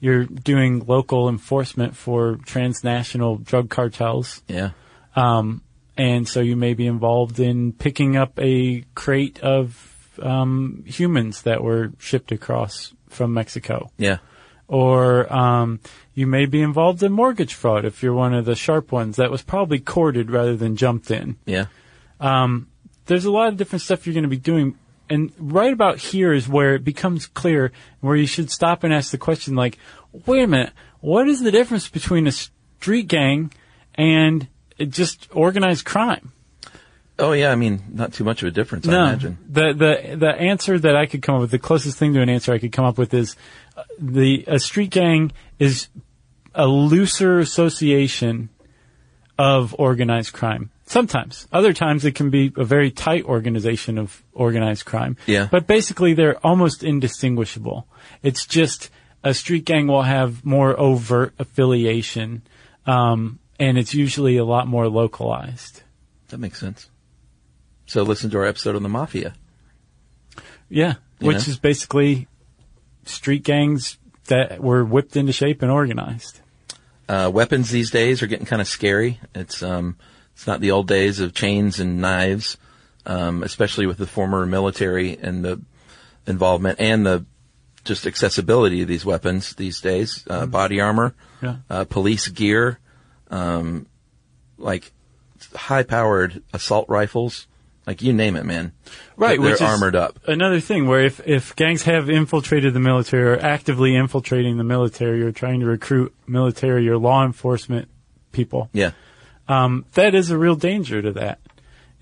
S2: you're doing local enforcement for transnational drug cartels.
S3: Yeah.
S2: and so you may be involved in picking up a crate of um, humans that were shipped across from Mexico,
S3: Yeah.
S2: or um, you may be involved in mortgage fraud if you're one of the sharp ones that was probably courted rather than jumped in.
S3: Yeah.
S2: There's a lot of different stuff you're going to be doing, and right about here is where it becomes clear where you should stop and ask the question like, wait a minute, what is the difference between a street gang and just organized crime?
S3: Oh yeah. I mean, not too much of a difference, I imagine.
S2: The the the answer that I could come up with, the closest thing to an answer I could come up with is uh, the a street gang is a looser association of organized crime. Sometimes, other times it can be a very tight organization of organized crime.
S3: Yeah.
S2: But basically, they're almost indistinguishable. It's just a street gang will have more overt affiliation, um, and it's usually a lot more localized.
S3: That makes sense. So listen to our episode on the mafia.
S2: Yeah,
S3: You
S2: which
S3: know?
S2: is basically street gangs that were whipped into shape and organized.
S3: Uh, weapons these days are getting kind of scary. It's, um, it's not the old days of chains and knives, um, especially with the former military and the involvement and the just accessibility of these weapons these days. Uh, Body armor,
S2: Mm-hmm. Yeah.
S3: uh, police gear, um, like high powered assault rifles, like you name it, man.
S2: Right,
S3: They're
S2: which is
S3: armored up.
S2: Another thing where if, if gangs have infiltrated the military or actively infiltrating the military or trying to recruit military or law enforcement people,
S3: Yeah.
S2: um, that is a real danger to that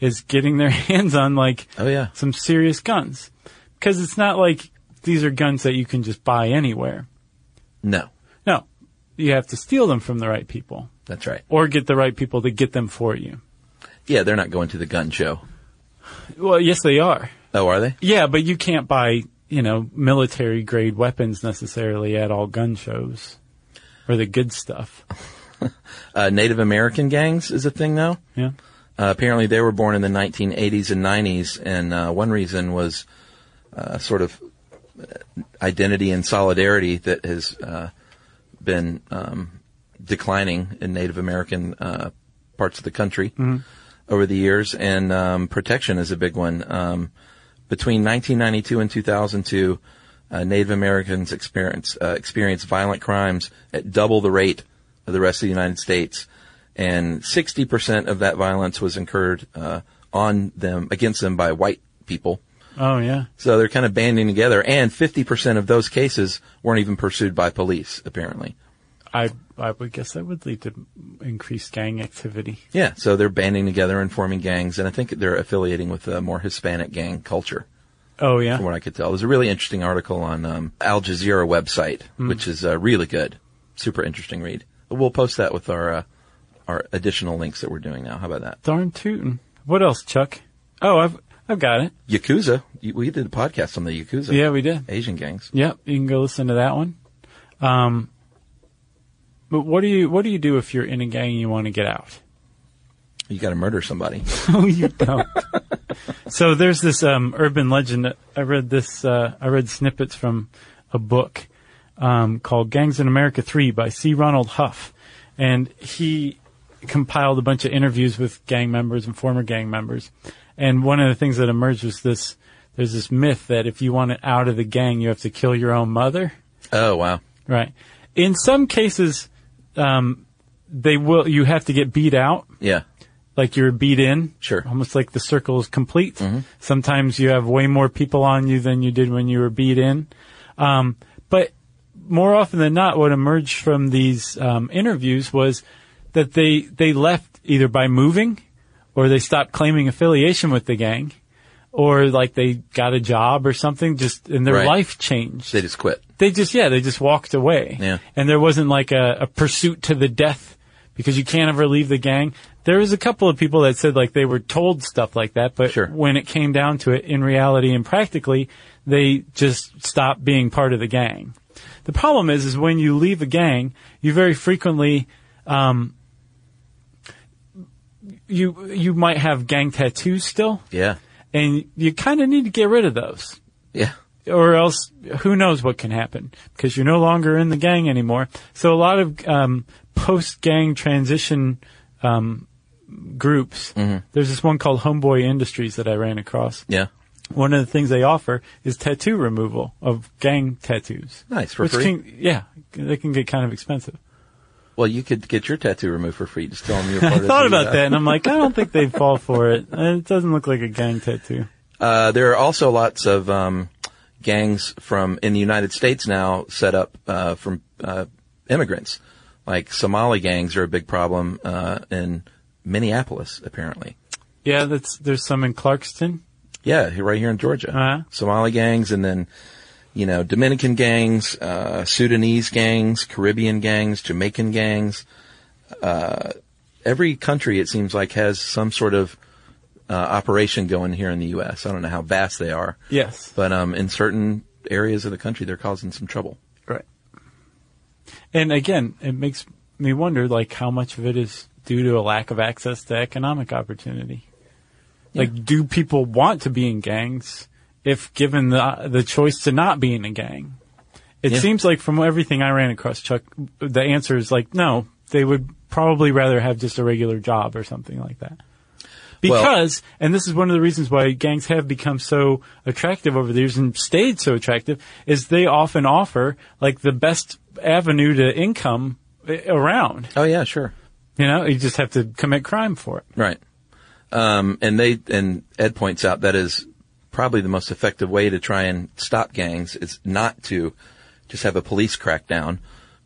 S2: is getting their hands on like
S3: Oh, yeah.
S2: some serious guns because it's not like these are guns that you can just buy anywhere.
S3: No,
S2: No, you have to steal them from the right people
S3: that's right.
S2: or get the right people to get them for you.
S3: Yeah, they're not going to the gun show.
S2: Well, yes, they are.
S3: Oh, are they?
S2: Yeah, but you can't buy, you know, military grade weapons necessarily at all gun shows or the good stuff.
S3: Uh, Native American gangs is a thing now.
S2: Yeah.
S3: Uh, apparently, they were born in the 1980s and 90s, and uh, one reason was uh, sort of identity and solidarity that has uh, been um, declining in Native American uh, parts of the country over the years, and um, protection is a big one. Um, between 1992 and 2002, uh, Native Americans experience uh, experienced violent crimes at double the rate of the rest of the United States, and 60% of that violence was incurred uh, on them against them by white people.
S2: Oh yeah.
S3: So they're kind of banding together, and 50% of those cases weren't even pursued by police, apparently.
S2: I I would guess that would lead to increased gang activity.
S3: Yeah, so they're banding together and forming gangs, and I think they're affiliating with a more Hispanic gang culture,
S2: Oh yeah.
S3: from what I could tell. There's a really interesting article on um, Al Jazeera website,
S2: Hmm.
S3: which is uh, really good, super interesting read. We'll post that with our uh, our additional links that we're doing now. How about that?
S2: Darn tootin'. What else, Chuck? Oh, I've I've got it.
S3: Yakuza, Y- we did a podcast on the Yakuza.
S2: Yeah, we did.
S3: Asian gangs.
S2: Yep, you can go listen to that one. Um, but what do you what do you do if you're in a gang and you want to get out?
S3: You got to murder somebody.
S2: No, you don't. so there's this um, urban legend. I read this. Uh, I read snippets from a book um, called "Gangs in America 3" by C. Ronald Huff, and he compiled a bunch of interviews with gang members and former gang members. And one of the things that emerged was this: there's this myth that if you want it out of the gang, you have to kill your own mother.
S3: oh wow,
S2: Right. In some cases, um, they will. You have to get beat out
S3: yeah,
S2: like you're beat in.
S3: Sure. Mm-hmm.
S2: Almost like the circle is complete. Sometimes you have way more people on you than you did when you were beat in. Um, but more often than not, what emerged from these um, interviews was that they they left either by moving, or they stopped claiming affiliation with the gang, or like they got a job or something. Just and their
S3: Right.
S2: life changed
S3: they just quit.
S2: they just yeah they just walked away
S3: Yeah.
S2: and there wasn't like a, a pursuit to the death because you can't ever leave the gang there was a couple of people that said like they were told stuff like that but
S3: Sure.
S2: when it came down to it in reality and practically they just stopped being part of the gang the problem is is when you leave a gang you very frequently um, you you might have gang tattoos still
S3: Yeah,
S2: and you kind of need to get rid of those
S3: yeah.
S2: or else who knows what can happen because you're no longer in the gang anymore. So a lot of um, post-gang transition um, groups. There's this one called Homeboy Industries that I ran across.
S3: Yeah.
S2: One of the things they offer is tattoo removal of gang tattoos.
S3: Nice, for
S2: Which
S3: free?
S2: Can, yeah, they can get kind of expensive.
S3: Well, you could get your tattoo removed for free. Just tell them you're part
S2: I
S3: of
S2: thought
S3: the,
S2: about
S3: uh,
S2: that and I'm like, I don't think they'd fall for it. Uh, It doesn't look like a gang tattoo.
S3: Uh, there are also lots of um, gangs from in the United States now set up uh, from uh, immigrants. Like Somali gangs are a big problem uh, in Minneapolis, apparently.
S2: Yeah, that's there's some in Clarkston.
S3: Yeah, here- right here in Georgia.
S2: Uh-huh.
S3: Somali gangs, and then you know Dominican gangs, uh, Sudanese gangs, Caribbean gangs, Jamaican gangs. Uh, every country, it seems like, has some sort of uh, operation going here in the U.S. I don't know how vast they are.
S2: Yes.
S3: But um, in certain areas of the country, they're causing some trouble.
S2: Right. And again, it makes me wonder, like, how much of it is due to a lack of access to economic opportunity. Like, do people want to be in gangs if given the the choice to not be in a gang? It
S3: Yeah.
S2: seems like from everything I ran across, Chuck, the answer is like no. They would probably rather have just a regular job or something like that.
S3: Well-
S2: Because, and this is one of the reasons why gangs have become so attractive over the years and stayed so attractive, is they often offer like the best avenue to income eh, around.
S3: Oh yeah, sure.
S2: You know, you just have to commit crime for it.
S3: Right. Um, and they, and Ed points out that is probably the most effective way to try and stop gangs is not to just have a police crackdown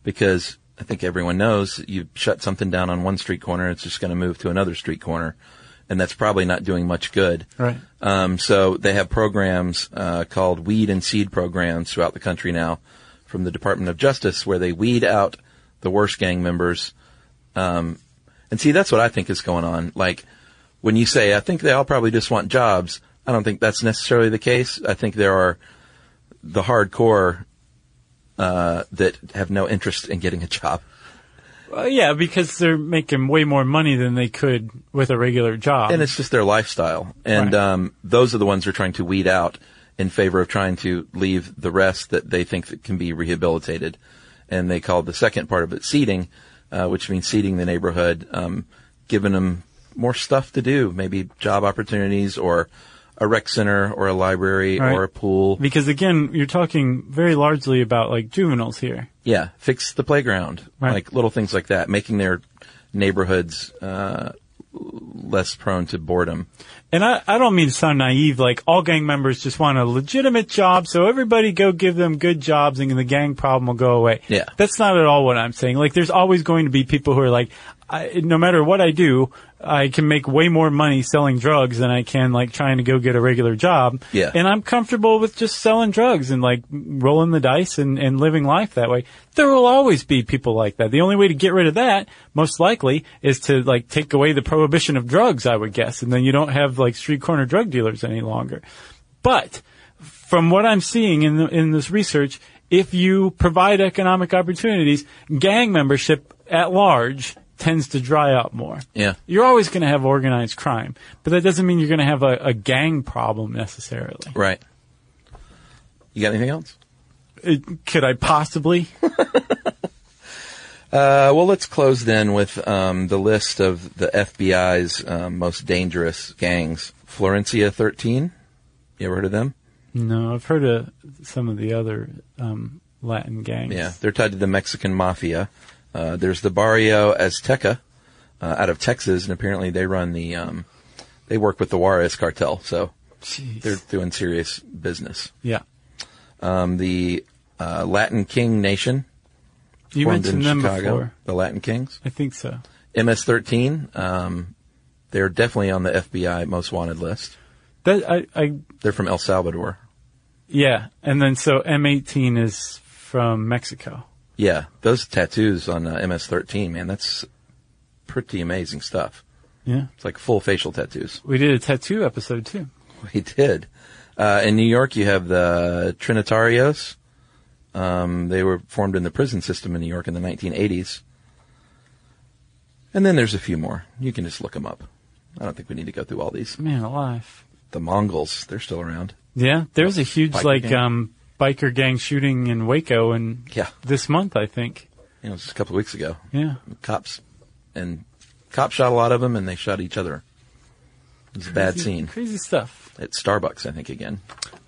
S3: because I think everyone knows you shut something down on one street corner, it's just going to move to another street corner. And that's probably not doing much good.
S2: Right.
S3: Um, so they have programs uh, called weed and seed programs throughout the country now from the Department of Justice where they weed out the worst gang members. Um, and see, that's what I think is going on. Like when you say, I think they all probably just want jobs. I don't think that's necessarily the case. I think there are the hardcore uh, that have no interest in getting a job.
S2: Well, Uh, yeah, because they're making way more money than they could with a regular job.
S3: and it's just their lifestyle. And
S2: Um, Right.
S3: um, those are the ones they're trying to weed out in favor of trying to leave the rest that they think that can be rehabilitated. And they call the second part of it seeding, uh, which means seeding the neighborhood, um, giving them more stuff to do, maybe job opportunities or a rec center or a library
S2: Right.
S3: or a pool.
S2: because again, you're talking very largely about like juveniles here.
S3: Yeah, fix the playground,
S2: Right.
S3: like little things like that, making their neighborhoods uh, less prone to boredom.
S2: And I, I don't mean to sound naive, like all gang members just want a legitimate job, so everybody go give them good jobs and the gang problem will go away.
S3: Yeah.
S2: That's not at all what I'm saying. Like there's always going to be people who are like, I, no matter what I do, I can make way more money selling drugs than I can like trying to go get a regular job.
S3: Yeah.
S2: And I'm comfortable with just selling drugs and like rolling the dice and, and living life that way. There will always be people like that. The only way to get rid of that, most likely, is to like take away the prohibition of drugs, I would guess. And then you don't have like street corner drug dealers any longer. But from what I'm seeing in the, in this research, if you provide economic opportunities, gang membership at large tends to dry up more.
S3: Yeah.
S2: You're always going to have organized crime, but that doesn't mean you're going to have a, a gang problem necessarily.
S3: Right. You got anything else?
S2: It- could I possibly?
S3: Uh, well, let's close then with um, the list of the FBI's um, most dangerous gangs. Florencia 13. You ever heard of them?
S2: no, I've heard of some of the other um, Latin gangs.
S3: Yeah, they're tied to the Mexican mafia. Uh, there's the Barrio Azteca uh, out of Texas, and apparently they run the, um, they work with the Juarez cartel, so
S2: Jeez.
S3: they're doing serious business.
S2: yeah.
S3: Um, the uh, Latin King Nation.
S2: You
S3: formed
S2: mentioned
S3: in
S2: them
S3: Chicago,
S2: before.
S3: The Latin Kings.
S2: I think so.
S3: MS-13, um, they're definitely on the FBI most wanted list.
S2: That I, I
S3: They're from El Salvador.
S2: yeah, and then so M18 is from Mexico.
S3: Yeah, those tattoos on uh, MS-13, man, that's pretty amazing stuff.
S2: Yeah.
S3: It's like full facial tattoos.
S2: We did a tattoo episode too.
S3: We did. Uh, in New York, you have the Trinitarios. Um, they were formed in the prison system in New York in the 1980s. And then there's a few more. You can just look them up. I don't think we need to go through all these.
S2: Man alive.
S3: The Mongols, they're still around.
S2: Yeah, there's a huge
S3: Biker
S2: like
S3: gang.
S2: um biker gang shooting in Waco and
S3: Yeah.
S2: this month I think.
S3: You know, just a couple of weeks ago.
S2: Yeah.
S3: cops and cops shot a lot of them and they shot each other. It was a bad scene
S2: Crazy stuff.
S3: at Starbucks, I think again.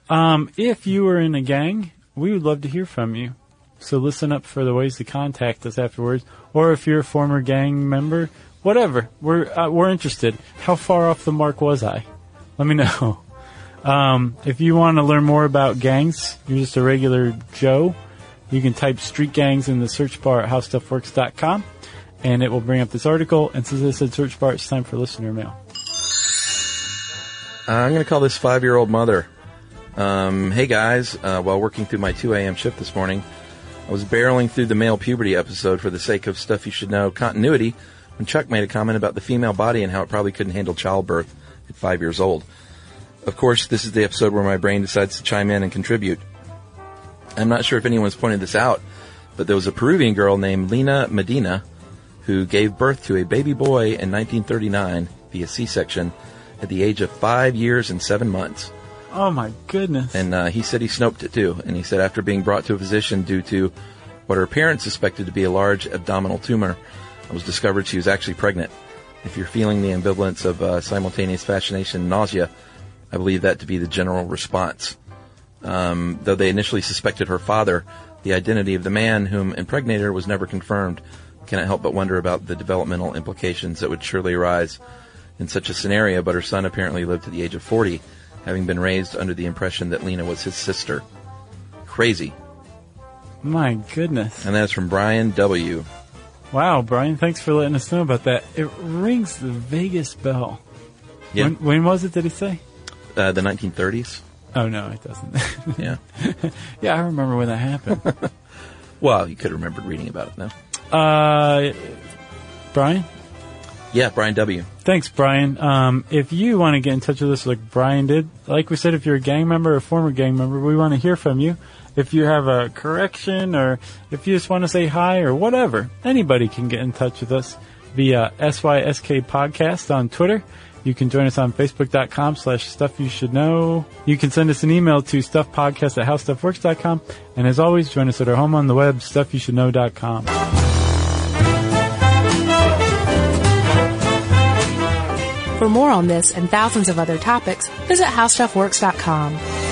S2: Um if you were in a gang, we would love to hear from you. So listen up for the ways to contact us afterwards or if you're a former gang member, whatever. We're uh, we're interested. How far off the mark was I? Let me know. Um, if you want to learn more about gangs, you're just a regular Joe. You can type street gangs in the search bar at howstuffworks.com and it will bring up this article. And since I said search bar, it's time for listener mail.
S3: Uh, I'm going to call this five-year-old mother. Um, hey guys, uh, while working through my 2 a.m. shift this morning, I was barreling through the male puberty episode for the sake of stuff you should know continuity when Chuck made a comment about the female body and how it probably couldn't handle childbirth at five years old. Of course, this is the episode where my brain decides to chime in and contribute. I'm not sure if anyone's pointed this out, but there was a Peruvian girl named Lena Medina who gave birth to a baby boy in 1939 via C-section at the age of five years and seven months.
S2: Oh my goodness.
S3: And uh, he said he snoped it too. And he said after being brought to a physician due to what her parents suspected to be a large abdominal tumor, it was discovered she was actually pregnant. If you're feeling the ambivalence of uh, simultaneous fascination and nausea, I believe that to be the general response. Um, though they initially suspected her father, the identity of the man whom impregnated her was never confirmed. Cannot help but wonder about the developmental implications that would surely arise in such a scenario, but her son apparently lived to the age of 40, having been raised under the impression that Lena was his sister. Crazy.
S2: My goodness.
S3: And that's from Brian W.
S2: Wow, Brian, thanks for letting us know about that. It rings the Vegas bell.
S3: Yeah.
S2: When, when was it, did he say?
S3: Uh, the 1930s.
S2: Oh, no, it doesn't.
S3: Yeah.
S2: yeah, I remember when that happened.
S3: well, you could have remembered reading about it now.
S2: uh, Brian?
S3: Yeah, Brian W.
S2: Thanks, Brian. Um, if you want to get in touch with us like Brian did, like we said, if you're a gang member or a former gang member, we want to hear from you. If you have a correction or if you just want to say hi or whatever, anybody can get in touch with us via SYSK Podcast on Twitter. You can join us on Facebook.com slash Stuff You Should Know. You can send us an email to stuffpodcast at howstuffworks.com. And as always, join us at our home on the web, stuffyoushouldknow.com.
S1: For more on this and thousands of other topics, visit howstuffworks.com.